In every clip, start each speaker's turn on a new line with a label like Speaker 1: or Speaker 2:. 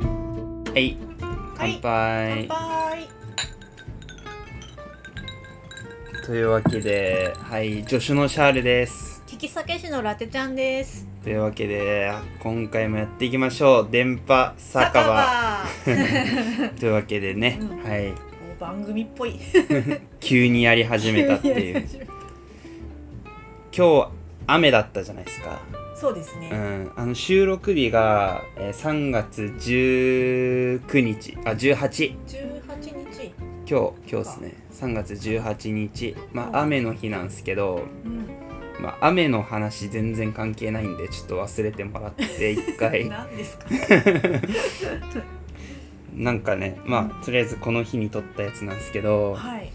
Speaker 1: はい
Speaker 2: はい
Speaker 1: 乾杯、
Speaker 2: 杯
Speaker 1: というわけではい助手のシャールです
Speaker 2: 聞き酒師のラテちゃんです
Speaker 1: というわけで今回もやっていきましょう電波酒場
Speaker 2: 酒
Speaker 1: というわけでね、
Speaker 2: うん
Speaker 1: はい
Speaker 2: 場番組っぽい
Speaker 1: 急にやり始めたっていう 今日雨だったじゃないですか
Speaker 2: そうです
Speaker 1: う
Speaker 2: ね、
Speaker 1: ん、あの収録日が、えー3月19日あ18
Speaker 2: 18日、
Speaker 1: 今日今日ですね3月18日ま
Speaker 2: うん
Speaker 1: あ雨の日なんですけど、
Speaker 2: うん、
Speaker 1: まあ、雨の話全然関係ないんでちょっと忘れてもらって一回
Speaker 2: 何ですか
Speaker 1: なんかねまあとりあえずこの日に撮ったやつなんですけどあ
Speaker 2: はい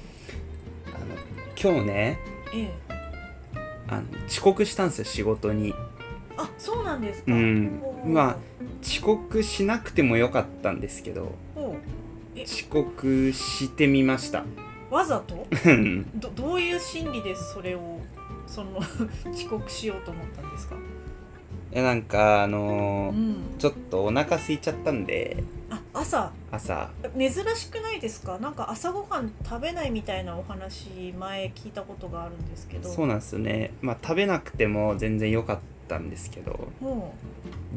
Speaker 1: の今日ね
Speaker 2: ええ
Speaker 1: あの遅刻したんですよ仕事に
Speaker 2: あそうなんですか
Speaker 1: うん
Speaker 2: ほ
Speaker 1: ま遅刻しなくてもよかったんですけど
Speaker 2: ほ
Speaker 1: 遅刻してみました
Speaker 2: うわざと
Speaker 1: うん
Speaker 2: どどういう心理でそれをその 遅刻しようと思ったんですか
Speaker 1: いやなんかあの
Speaker 2: う
Speaker 1: ー
Speaker 2: ん
Speaker 1: ちょっとお腹空いちゃったんで
Speaker 2: あ朝
Speaker 1: 朝
Speaker 2: 珍しくないですかなんか朝ごはん食べないみたいなお話前聞いたことがあるんですけど
Speaker 1: そうなんですよねまあ食べなくても全然良かったんですけど
Speaker 2: も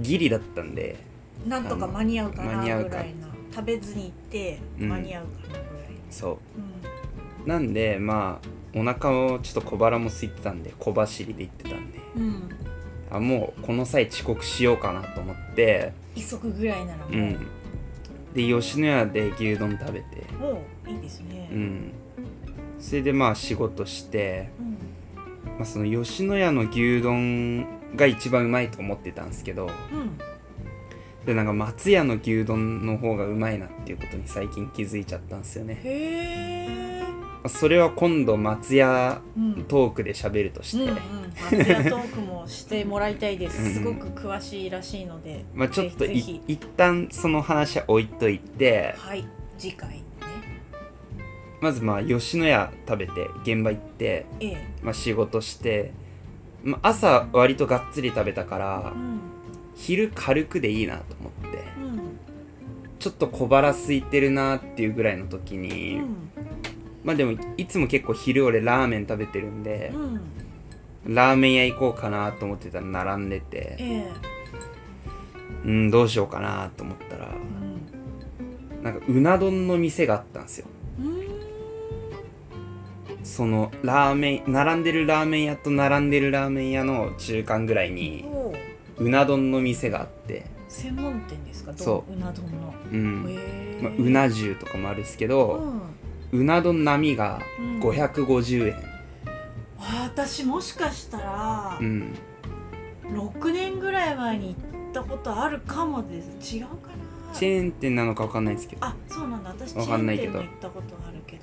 Speaker 1: ギリだったんで
Speaker 2: うなんとか間に合うかな
Speaker 1: 間
Speaker 2: ぐ
Speaker 1: に合うから
Speaker 2: いな食べずに行って
Speaker 1: うん
Speaker 2: 間に合うかなぐらい、
Speaker 1: そ
Speaker 2: うん
Speaker 1: うなんでまあお腹をちょっと小腹も空いてたんで小走りで行ってたんで
Speaker 2: うん、
Speaker 1: あもうこの際遅刻しようかなと思って
Speaker 2: 急ぐぐらいならもう,、
Speaker 1: うんで吉野家で牛丼食べて
Speaker 2: もういいですね、
Speaker 1: うんそれでまあ仕事して、
Speaker 2: うん
Speaker 1: まあ、その吉野家の牛丼が一番うまいと思ってたんですけど
Speaker 2: うん
Speaker 1: でなんか松屋の牛丼の方がうまいなっていうことに最近気づいちゃったんですよね、
Speaker 2: へえ、
Speaker 1: まあそれは今度松屋
Speaker 2: うん、
Speaker 1: トークで喋るとして、
Speaker 2: うんうん、松屋トークもしてもらいたいです、
Speaker 1: うん
Speaker 2: すごく詳しいらしいので
Speaker 1: まあ、ちょっとい
Speaker 2: ぜひぜ
Speaker 1: 一旦その話は置いといて
Speaker 2: はい次回ね
Speaker 1: まずまあ吉野家食べて現場行って、
Speaker 2: ええ
Speaker 1: まあ、仕事して、まあ、朝割とがっつり食べたから
Speaker 2: うん
Speaker 1: 昼軽くでいいなと思って
Speaker 2: うん
Speaker 1: ちょっと小腹空いてるなっていうぐらいの時
Speaker 2: う
Speaker 1: に、
Speaker 2: ん
Speaker 1: まあでもいつも結構昼俺ラーメン食べてるんで、
Speaker 2: うん
Speaker 1: ラーメン屋行こうかなと思ってたら並んでて
Speaker 2: ええ
Speaker 1: うんどうしようかなと思ったら
Speaker 2: うん
Speaker 1: なんかうな丼の店があったんですよそのラーメン並んでるラーメン屋と並んでるラーメン屋の中間ぐらい
Speaker 2: うん
Speaker 1: に
Speaker 2: おう
Speaker 1: うな丼の店があって
Speaker 2: 専門店ですかど
Speaker 1: そう
Speaker 2: うな丼の
Speaker 1: うん、
Speaker 2: え
Speaker 1: まあ、うな重とかもあるんですけ
Speaker 2: う
Speaker 1: ど、
Speaker 2: ん
Speaker 1: うな丼並みが
Speaker 2: うん
Speaker 1: 550円
Speaker 2: あ私もしかしたら
Speaker 1: うん
Speaker 2: 6年ぐらい前に行ったことあるかもです違うかな
Speaker 1: チェーン店なのか分かんないですけど
Speaker 2: あそうなんだ私チェ
Speaker 1: わか
Speaker 2: ー
Speaker 1: んな
Speaker 2: ン
Speaker 1: いけ
Speaker 2: 店
Speaker 1: ど
Speaker 2: も行ったことあるけど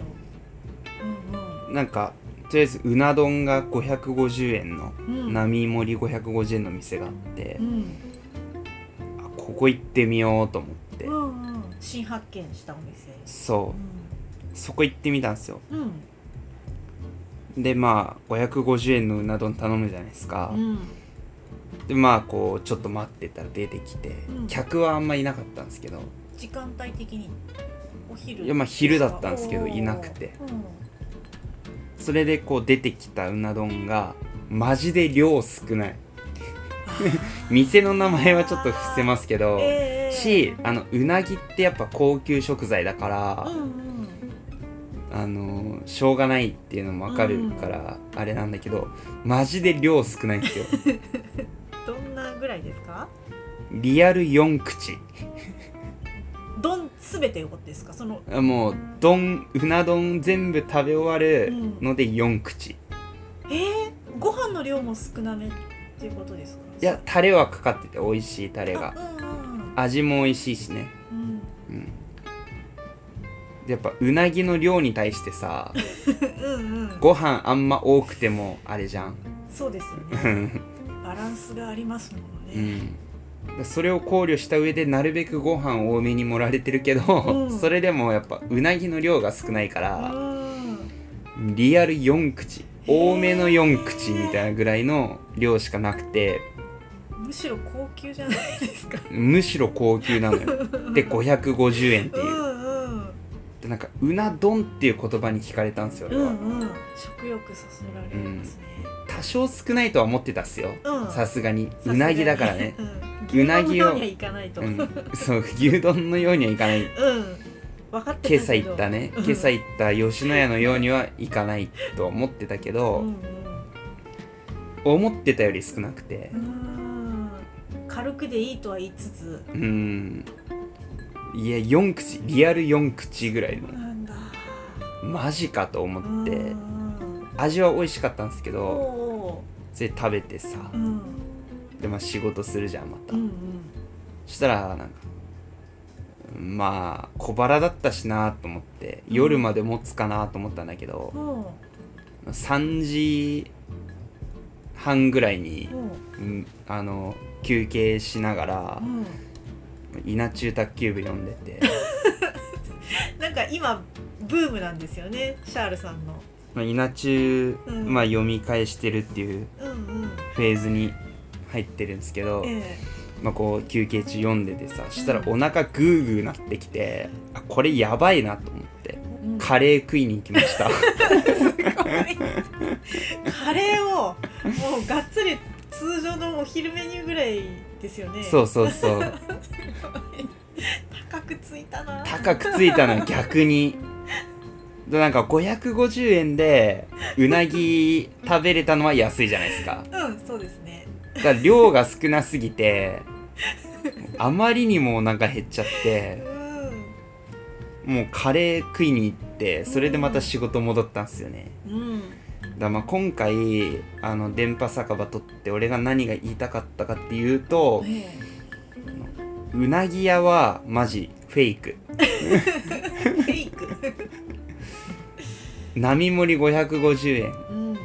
Speaker 2: う
Speaker 1: なんかとりあえずうな丼が550円の
Speaker 2: んうんうん
Speaker 1: 並盛り550円の店があって
Speaker 2: う、ん
Speaker 1: あここ行ってみようと思って、
Speaker 2: うんうん新発見したお店
Speaker 1: そううそこ行ってみたんですよ
Speaker 2: ん
Speaker 1: でまあ550円のうな丼頼むじゃないですか
Speaker 2: う、ん
Speaker 1: でまあこうちょっと待ってたら出てきて、
Speaker 2: うん
Speaker 1: 客はあんまいなかったんですけど
Speaker 2: 時間帯的にお昼
Speaker 1: いやまあ昼だったんですけど
Speaker 2: おー
Speaker 1: いなくて
Speaker 2: うん
Speaker 1: それでこう出てきたうな丼がマジで量少ない 店の名前はちょっと伏せますけど、
Speaker 2: ええ
Speaker 1: しあのうなぎってやっぱ高級食材だから
Speaker 2: う、んうん
Speaker 1: あのしょうがないっていうのもわかるから、あれなんだけどマジで量少ないんですよ
Speaker 2: どんなぐらいですか
Speaker 1: リアル4口
Speaker 2: どんすべてよかったですかその
Speaker 1: あもう丼うな丼全部食べ終わる
Speaker 2: うん
Speaker 1: ので4口
Speaker 2: えー、ご飯の量も少なめっていうことですか
Speaker 1: いやタレはかかってて美味しいタレ
Speaker 2: あ
Speaker 1: が
Speaker 2: うん
Speaker 1: 味も美味しいしね
Speaker 2: うん
Speaker 1: うんでやっぱうなぎの量に対して さ
Speaker 2: うんうんうん
Speaker 1: ご飯あんま多くてもあれじゃん、
Speaker 2: そうですよ
Speaker 1: う
Speaker 2: ね
Speaker 1: ん
Speaker 2: バランスがありますもの
Speaker 1: う
Speaker 2: ね、
Speaker 1: ん、でそれを考慮した上でなるべくご飯多めに盛られてるけど、
Speaker 2: うん
Speaker 1: それでもやっぱうなぎの量が少ないか
Speaker 2: う
Speaker 1: ら、
Speaker 2: ん、
Speaker 1: リアル4口多めの4口みたいなぐらいの量しかなくて
Speaker 2: むしろ高級じゃないですか
Speaker 1: むしろ高級なのよで550円って
Speaker 2: う
Speaker 1: いうん
Speaker 2: うん
Speaker 1: でなんかうな丼っていう言葉に惹かれたんですよ俺
Speaker 2: う
Speaker 1: は、
Speaker 2: んうん食欲そそられますね、
Speaker 1: 多少少ないとは思ってたっすよ
Speaker 2: うん
Speaker 1: さすがに
Speaker 2: さすが
Speaker 1: う
Speaker 2: に
Speaker 1: なぎだから ね、
Speaker 2: うん、
Speaker 1: うなぎを
Speaker 2: 牛丼のようにはいかないと、
Speaker 1: う
Speaker 2: うんん、、
Speaker 1: そう牛丼のようにはいかない
Speaker 2: 分かって
Speaker 1: 今
Speaker 2: た
Speaker 1: 朝
Speaker 2: け
Speaker 1: 行
Speaker 2: ど
Speaker 1: ったね
Speaker 2: うん
Speaker 1: 今朝行った吉野家のようにはいかないと思ってたけ
Speaker 2: う
Speaker 1: ど、
Speaker 2: ん
Speaker 1: 思ってたより少なくて
Speaker 2: うん、うん軽くでいいとは言いつつ
Speaker 1: うんいや4口リアル4口ぐらいの
Speaker 2: なんだ
Speaker 1: マジかと思っ
Speaker 2: う
Speaker 1: て
Speaker 2: ん
Speaker 1: 味は美味しかったんですけ
Speaker 2: おう
Speaker 1: ど
Speaker 2: お
Speaker 1: それ食べてさ
Speaker 2: う、うん
Speaker 1: でまあ仕事するじゃんまた、
Speaker 2: うん
Speaker 1: そしたらなんかまあ小腹だったしなと思って夜まで持つかなと思ったんだけど
Speaker 2: うん、も
Speaker 1: 3時半ぐらいに
Speaker 2: う、も
Speaker 1: うんあの休憩しながら
Speaker 2: う、うん、
Speaker 1: 稲中卓球部読んで て
Speaker 2: なんか今ブームなんですよねシャールさんの
Speaker 1: まあ稲中、
Speaker 2: うん
Speaker 1: まあ、読み返してるっていう
Speaker 2: うんうん
Speaker 1: フェーズに入ってるんですけど、
Speaker 2: え
Speaker 1: まあ、こう休憩中読んでてさしたらお腹グーグーなってきてあこれやばいなと思って
Speaker 2: えうん
Speaker 1: カレー食いに行きました
Speaker 2: カレーをもうがっつり通常のお昼メニューぐらいですよね
Speaker 1: そうそうそう
Speaker 2: 高くついたな
Speaker 1: 高くついたな逆にでなんか550円でうなぎ食べれたのは安いじゃないですか
Speaker 2: うんそうですね
Speaker 1: だから量が少なすぎてあまりにもお腹減っちゃっ
Speaker 2: う
Speaker 1: て
Speaker 2: ん
Speaker 1: もうカレー食いに行ってそれでまた仕事戻ったんですよね
Speaker 2: うん
Speaker 1: だからまあ今回あの電波酒場撮って俺が何が言いたかったかっていうと
Speaker 2: ね
Speaker 1: うなぎ屋はマジフェイク
Speaker 2: えフェイク
Speaker 1: 並盛り550円
Speaker 2: うんフ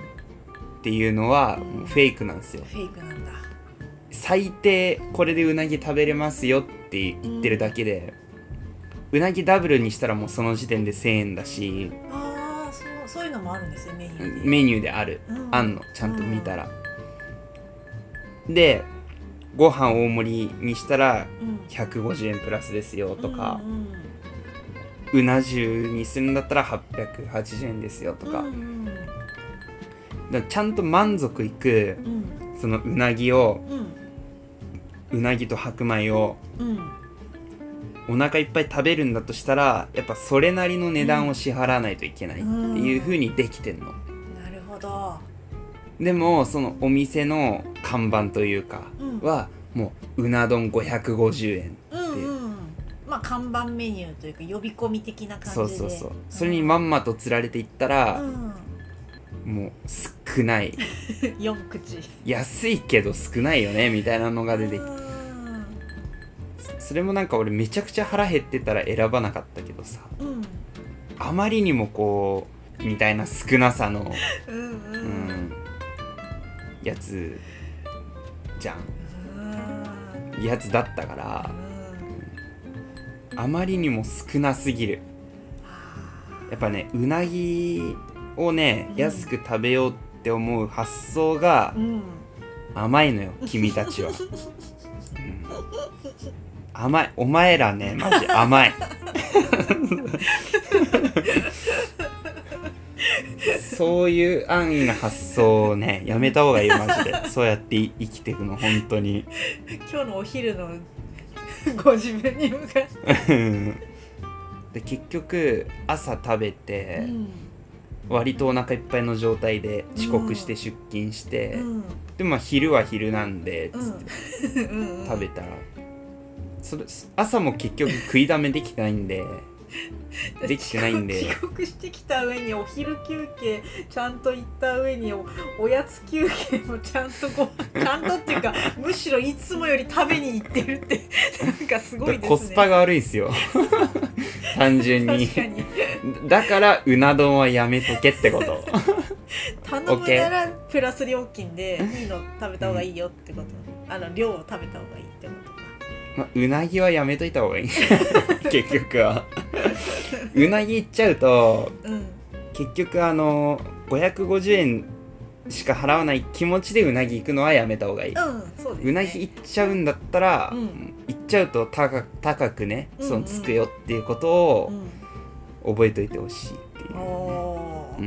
Speaker 1: っていうのはもうフェイクなんですよ
Speaker 2: ェイクなんだ
Speaker 1: 最低これでうなぎ食べれますよって言ってるだけで、うなぎダブルにしたらもうその時点で1000円だし
Speaker 2: ああそうそういうのもあるんですよメニューに
Speaker 1: メニューである、
Speaker 2: うん
Speaker 1: あんのちゃんと見たら、でご飯大盛りにしたら
Speaker 2: うん
Speaker 1: 150円プラスですよとか
Speaker 2: う、んうん
Speaker 1: うな重にするんだったら880円ですよとか,、
Speaker 2: うん
Speaker 1: だからちゃんと満足いく
Speaker 2: うん
Speaker 1: そのうなぎを
Speaker 2: うん
Speaker 1: うなぎと白米を
Speaker 2: うん
Speaker 1: お腹いっぱい食べるんだとしたらやっぱそれなりの値段を支払わないといけないっていう風にできてんの、
Speaker 2: うんなるほど
Speaker 1: でもそのお店の看板というか
Speaker 2: うん
Speaker 1: はもううな丼550円
Speaker 2: うんうんまあ看板メニューというか呼び込み的な感じで
Speaker 1: そうそうそうそれにまんまと釣られていったら、
Speaker 2: うん
Speaker 1: もう少ない
Speaker 2: 四口
Speaker 1: 安いけど少ないよねみたいなのが出てきて
Speaker 2: う
Speaker 1: それもなんか俺めちゃくちゃ腹減ってたら選ばなかったけどさ
Speaker 2: んうん
Speaker 1: あまりにもこうみたいな少なさの
Speaker 2: うんう
Speaker 1: うんんやつじゃん
Speaker 2: うん
Speaker 1: やつだったからあまりにも少なすぎるやっぱねうなぎをね
Speaker 2: うん
Speaker 1: 安く食べようって思う発想が
Speaker 2: うん
Speaker 1: 甘いの よ君たちは、うん甘いお前らねマジ甘い そういう安易な発想をねやめた方がいいよマジでそうやって生きていくの本当に
Speaker 2: 今日のお昼のご自分に向かっ
Speaker 1: う
Speaker 2: て、
Speaker 1: んで結局朝食べて、割とお腹いっぱいの状態で遅刻して出勤して、
Speaker 2: うん
Speaker 1: でまあ昼は昼なんで、
Speaker 2: うんうんうん
Speaker 1: 食べたらそれ朝も結局食いだめできてないん でできてないんで
Speaker 2: 遅刻してきた上にお昼休憩ちゃんと行った上におおやつ休憩もちゃんとご 飯ちゃんとっていうかむしろいつもより食べに行ってるってなんかすごいですね
Speaker 1: コスパが悪いんです よ単純に
Speaker 2: 確かに
Speaker 1: だからうな丼はやめとけってこと
Speaker 2: 頼む
Speaker 1: OK
Speaker 2: ならプラス料金でいいの食べた方がいいよってこと、あの量を食べた方がいいってことか
Speaker 1: まあうなぎはやめといた方がいい 結局はうなぎいっちゃうと
Speaker 2: うん
Speaker 1: 結局あの550円しか払わない気持ちでうなぎ行くのはやめた方がいい、
Speaker 2: うんそうです、ね、
Speaker 1: うなぎ行っちゃうんだったら、
Speaker 2: うん
Speaker 1: 行っちゃうと高く高くね
Speaker 2: うんうん
Speaker 1: そのつくよっていうことを
Speaker 2: う
Speaker 1: 覚えといてほしいっていう、
Speaker 2: ん、
Speaker 1: ね
Speaker 2: お
Speaker 1: うん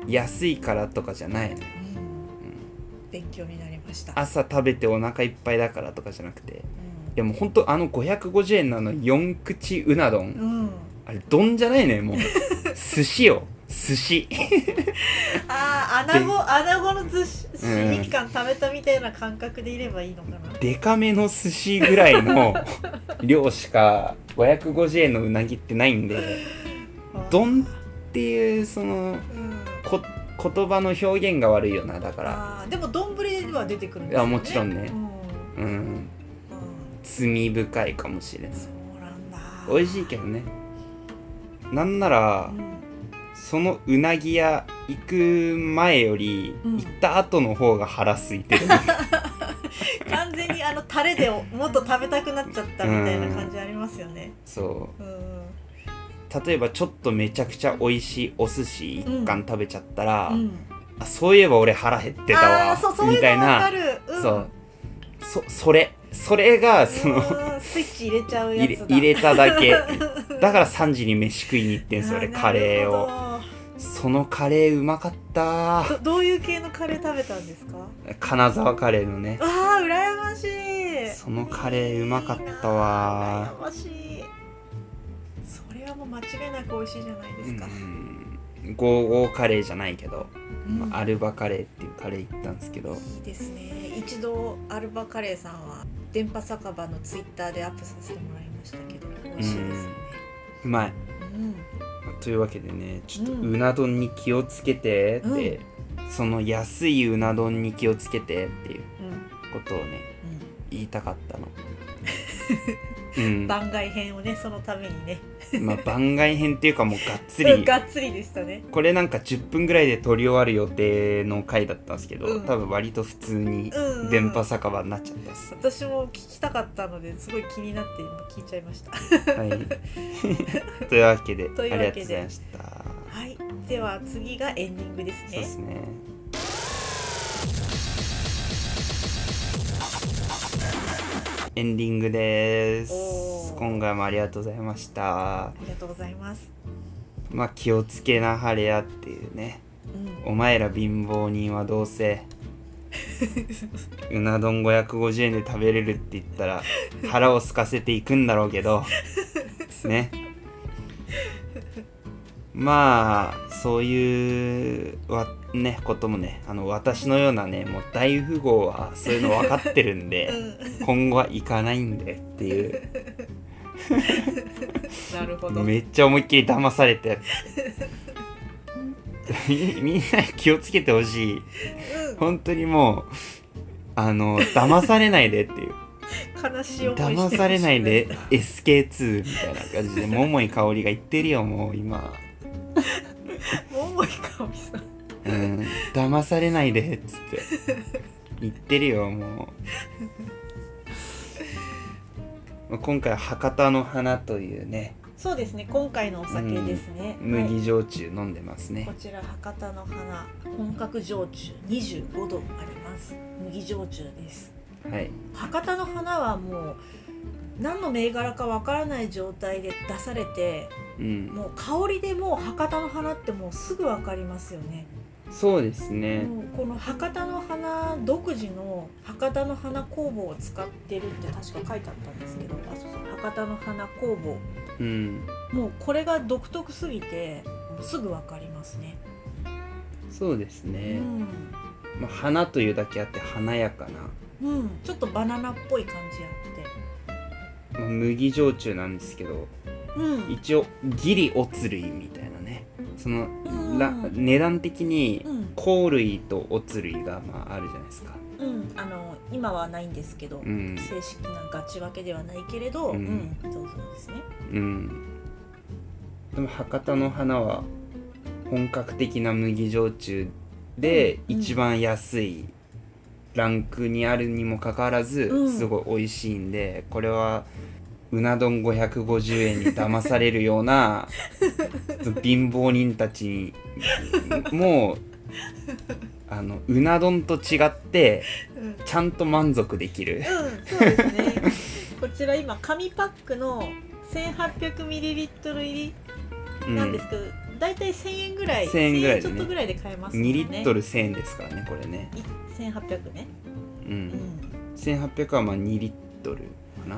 Speaker 2: ー
Speaker 1: うん、安いからとかじゃないの
Speaker 2: うん、勉強になりました、うん、
Speaker 1: 朝食べてお腹いっぱいだからとかじゃなくていやもうほんとあの550円のあの4口うな丼、
Speaker 2: うん、
Speaker 1: あれ丼じゃない ねもう寿司よ寿司
Speaker 2: あー穴子穴子の寿司
Speaker 1: うん
Speaker 2: 一貫食べたみたいな感覚でいればいいのかな、
Speaker 1: デカめの寿司ぐらい の量しか550円のうなぎってないんで丼っていうその
Speaker 2: うん
Speaker 1: こ言葉の表現が悪いよなだから
Speaker 2: あーでも丼は出てくるんです
Speaker 1: いやもちろんね
Speaker 2: うんうん
Speaker 1: うん罪深いかもしれない
Speaker 2: そうなんだ
Speaker 1: 美味しいけどねなんなら
Speaker 2: うん
Speaker 1: そのうなぎ屋行く前より、
Speaker 2: うん
Speaker 1: 行った後の方が腹空いて るう
Speaker 2: 完全にあのタレでもっと食べたくなっちゃったみたいな感じありますよね
Speaker 1: そ
Speaker 2: うん
Speaker 1: う例えばちょっとめちゃくちゃ美味しいお寿司一貫食べちゃったら、
Speaker 2: うん
Speaker 1: あそういえば俺腹減ってた
Speaker 2: あ
Speaker 1: わ
Speaker 2: ーそうそうい
Speaker 1: みた
Speaker 2: う
Speaker 1: い
Speaker 2: のわか
Speaker 1: な、
Speaker 2: る、うん、
Speaker 1: そうそそれそれがその
Speaker 2: うんスイッチ入れちゃうや
Speaker 1: 入れ
Speaker 2: つだ
Speaker 1: 入れただ けだから3時に飯食いに行ってんすよ俺
Speaker 2: あー
Speaker 1: カレーを
Speaker 2: なる
Speaker 1: そのカレーうまかった
Speaker 2: ほどどどういう系のカレー食べたんですか
Speaker 1: 金沢カレーのね
Speaker 2: あー羨ましい
Speaker 1: そのカレーうまかったわ
Speaker 2: いいなー羨ましいそれはもう間違いなく美味しいじゃないですか、
Speaker 1: うんゴーゴーカレーじゃないけど、まあ
Speaker 2: うん
Speaker 1: アルバカレーっていうカレー行ったんですけど
Speaker 2: いいですね一度アルバカレーさんは電波酒場のツイッターでアップさせてもらいましたけど美味しいですよね
Speaker 1: うまい
Speaker 2: うん
Speaker 1: というわけでねちょっと
Speaker 2: うん
Speaker 1: うな丼に気をつけてって、その安いうな丼に気をつけてっていうことをね
Speaker 2: う
Speaker 1: 言いたかったの うん
Speaker 2: ん、番外編をねそのためにね
Speaker 1: まあ番外編っていうかもうがっつ
Speaker 2: うん
Speaker 1: り
Speaker 2: がっつりでしたね
Speaker 1: これなんか10分ぐらいで撮り終わる予定の回だったんですけど、
Speaker 2: うん
Speaker 1: 多分割と普通に
Speaker 2: うんうん
Speaker 1: 電波酒場になっちゃったっす、
Speaker 2: 私も聞きたかったのですごい気になって今聞いちゃいました
Speaker 1: はい、というわけで
Speaker 2: という
Speaker 1: あ
Speaker 2: わけで
Speaker 1: りがとうございました
Speaker 2: はいでは次がエンディングです
Speaker 1: そうで
Speaker 2: ね
Speaker 1: すねエンディングです
Speaker 2: おー
Speaker 1: 今回もありがとうございました
Speaker 2: ありがとうございます
Speaker 1: まあ気をつけなはれやっていうね
Speaker 2: うん
Speaker 1: お前ら貧乏人はどうせうな丼550円で食べれるって言ったら腹を空かせていくんだろうけどねまあそういうわねこともねあの私のようなねもう大富豪はそういうの分かってるん で、今後は行かないんでっていう
Speaker 2: なるほど
Speaker 1: めっちゃ思いっきり騙されて みみんな気をつけてほしい
Speaker 2: うん
Speaker 1: 本当にもうあの騙されないでっていう
Speaker 2: 悲しい思いして
Speaker 1: 騙されないで SK2 みたいな感じで桃井かおりが言ってるよもう今、
Speaker 2: 桃井かおりさん
Speaker 1: うん、騙されないでっつって言ってるよもうまあ今回は博多の花というね
Speaker 2: そうですね今回のお酒ですね、はい
Speaker 1: 麦焼酎飲んでますね
Speaker 2: こ、ちら博多の花本格焼酎25度あります麦焼酎です
Speaker 1: はい、
Speaker 2: 博多の花はもう何の銘柄かわからない状態で出されて
Speaker 1: うん、
Speaker 2: もう香りでもう博多の花ってもうすぐわかりますよね
Speaker 1: そうですね、
Speaker 2: もうこの博多の花独自の博多の花工房を使ってるって確か書いてあったんですけどあそうそう博多の花工房
Speaker 1: うん、
Speaker 2: もうこれが独特すぎてすぐわかりますね、
Speaker 1: そうですね
Speaker 2: う、ん
Speaker 1: まあ、花というだけあって華やかな
Speaker 2: うん、ちょっとバナナっぽい感じ
Speaker 1: まあ麦焼酎なんですけど
Speaker 2: あってうん
Speaker 1: 一応ギリおつ類みたいなねその、
Speaker 2: うん
Speaker 1: ら値段的に
Speaker 2: うん
Speaker 1: 香類とおつ類がまああるじゃないですか
Speaker 2: うんあの今はないんですけど、
Speaker 1: うん
Speaker 2: 正式なガチ分けではないけれど、
Speaker 1: う
Speaker 2: うんんそうそうですね
Speaker 1: うんでも博多の花は本格的な麦焼酎で
Speaker 2: うん
Speaker 1: 一番安いランクにあるにもかかわらず、
Speaker 2: うん
Speaker 1: すごい美味しいんでこれはうな丼550円に騙 されるような貧乏人たちにもうあのうな丼と違って
Speaker 2: うん
Speaker 1: ちゃんと満足できる
Speaker 2: うん、そうですね。こちら今紙パックの 1800ml 入り
Speaker 1: うん
Speaker 2: なんですけど、だいたい1000円ぐらい、
Speaker 1: 1000円ぐらい
Speaker 2: ち
Speaker 1: で
Speaker 2: ょ
Speaker 1: ね
Speaker 2: っとぐらいで買えますもんね。
Speaker 1: 2リットル1000円ですからねこれね、
Speaker 2: い。1800ね。
Speaker 1: う、
Speaker 2: うんん。
Speaker 1: 1800はまあ2リットルかな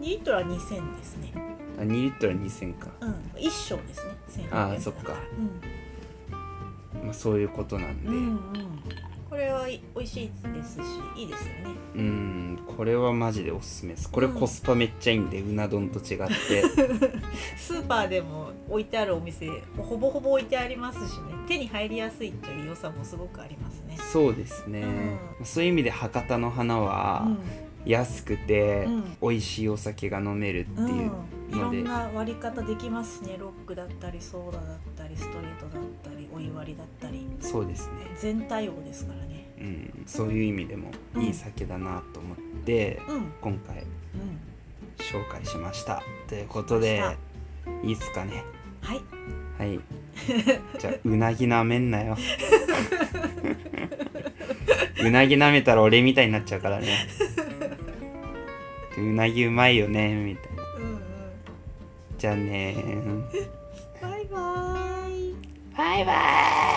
Speaker 2: 2リットルは2000ですね。
Speaker 1: あ2リットルは2000か、
Speaker 2: うん。一升ですね。1800だら
Speaker 1: あーそっか。
Speaker 2: うん。
Speaker 1: まあ、そういうことなんで
Speaker 2: うんうん。これはい美味しいですし、いいですよね。
Speaker 1: うんこれはマジでおすすめですこれ
Speaker 2: うん
Speaker 1: コスパめっちゃいいんで、うな丼と違って
Speaker 2: スーパーでも置いてあるお店ほぼほぼ置いてありますしね手に入りやすいっていう良さもすごくありますね。
Speaker 1: そうですね、
Speaker 2: う
Speaker 1: そういう意味で博多の花は安くて、
Speaker 2: うん
Speaker 1: 美味しいお酒が飲めるって
Speaker 2: うん
Speaker 1: いう、
Speaker 2: いろ
Speaker 1: ので
Speaker 2: んな割り方できますねロックだったりソーダだったりストレートだったりお湯割りだったり
Speaker 1: そうですね、
Speaker 2: 全体応ですからね。
Speaker 1: うん、そういう意味でも
Speaker 2: うん
Speaker 1: いい酒だなと思って、
Speaker 2: うん
Speaker 1: 今回
Speaker 2: うん
Speaker 1: 紹介しましたということで
Speaker 2: しまし
Speaker 1: いいっすかね
Speaker 2: はい
Speaker 1: はい じゃあうなぎなめんなようなぎなめたら俺みたいになっちゃうから ねうなぎうまいよねみたいな
Speaker 2: うんうん
Speaker 1: じゃあねー
Speaker 2: バイバーイ
Speaker 1: バイバイ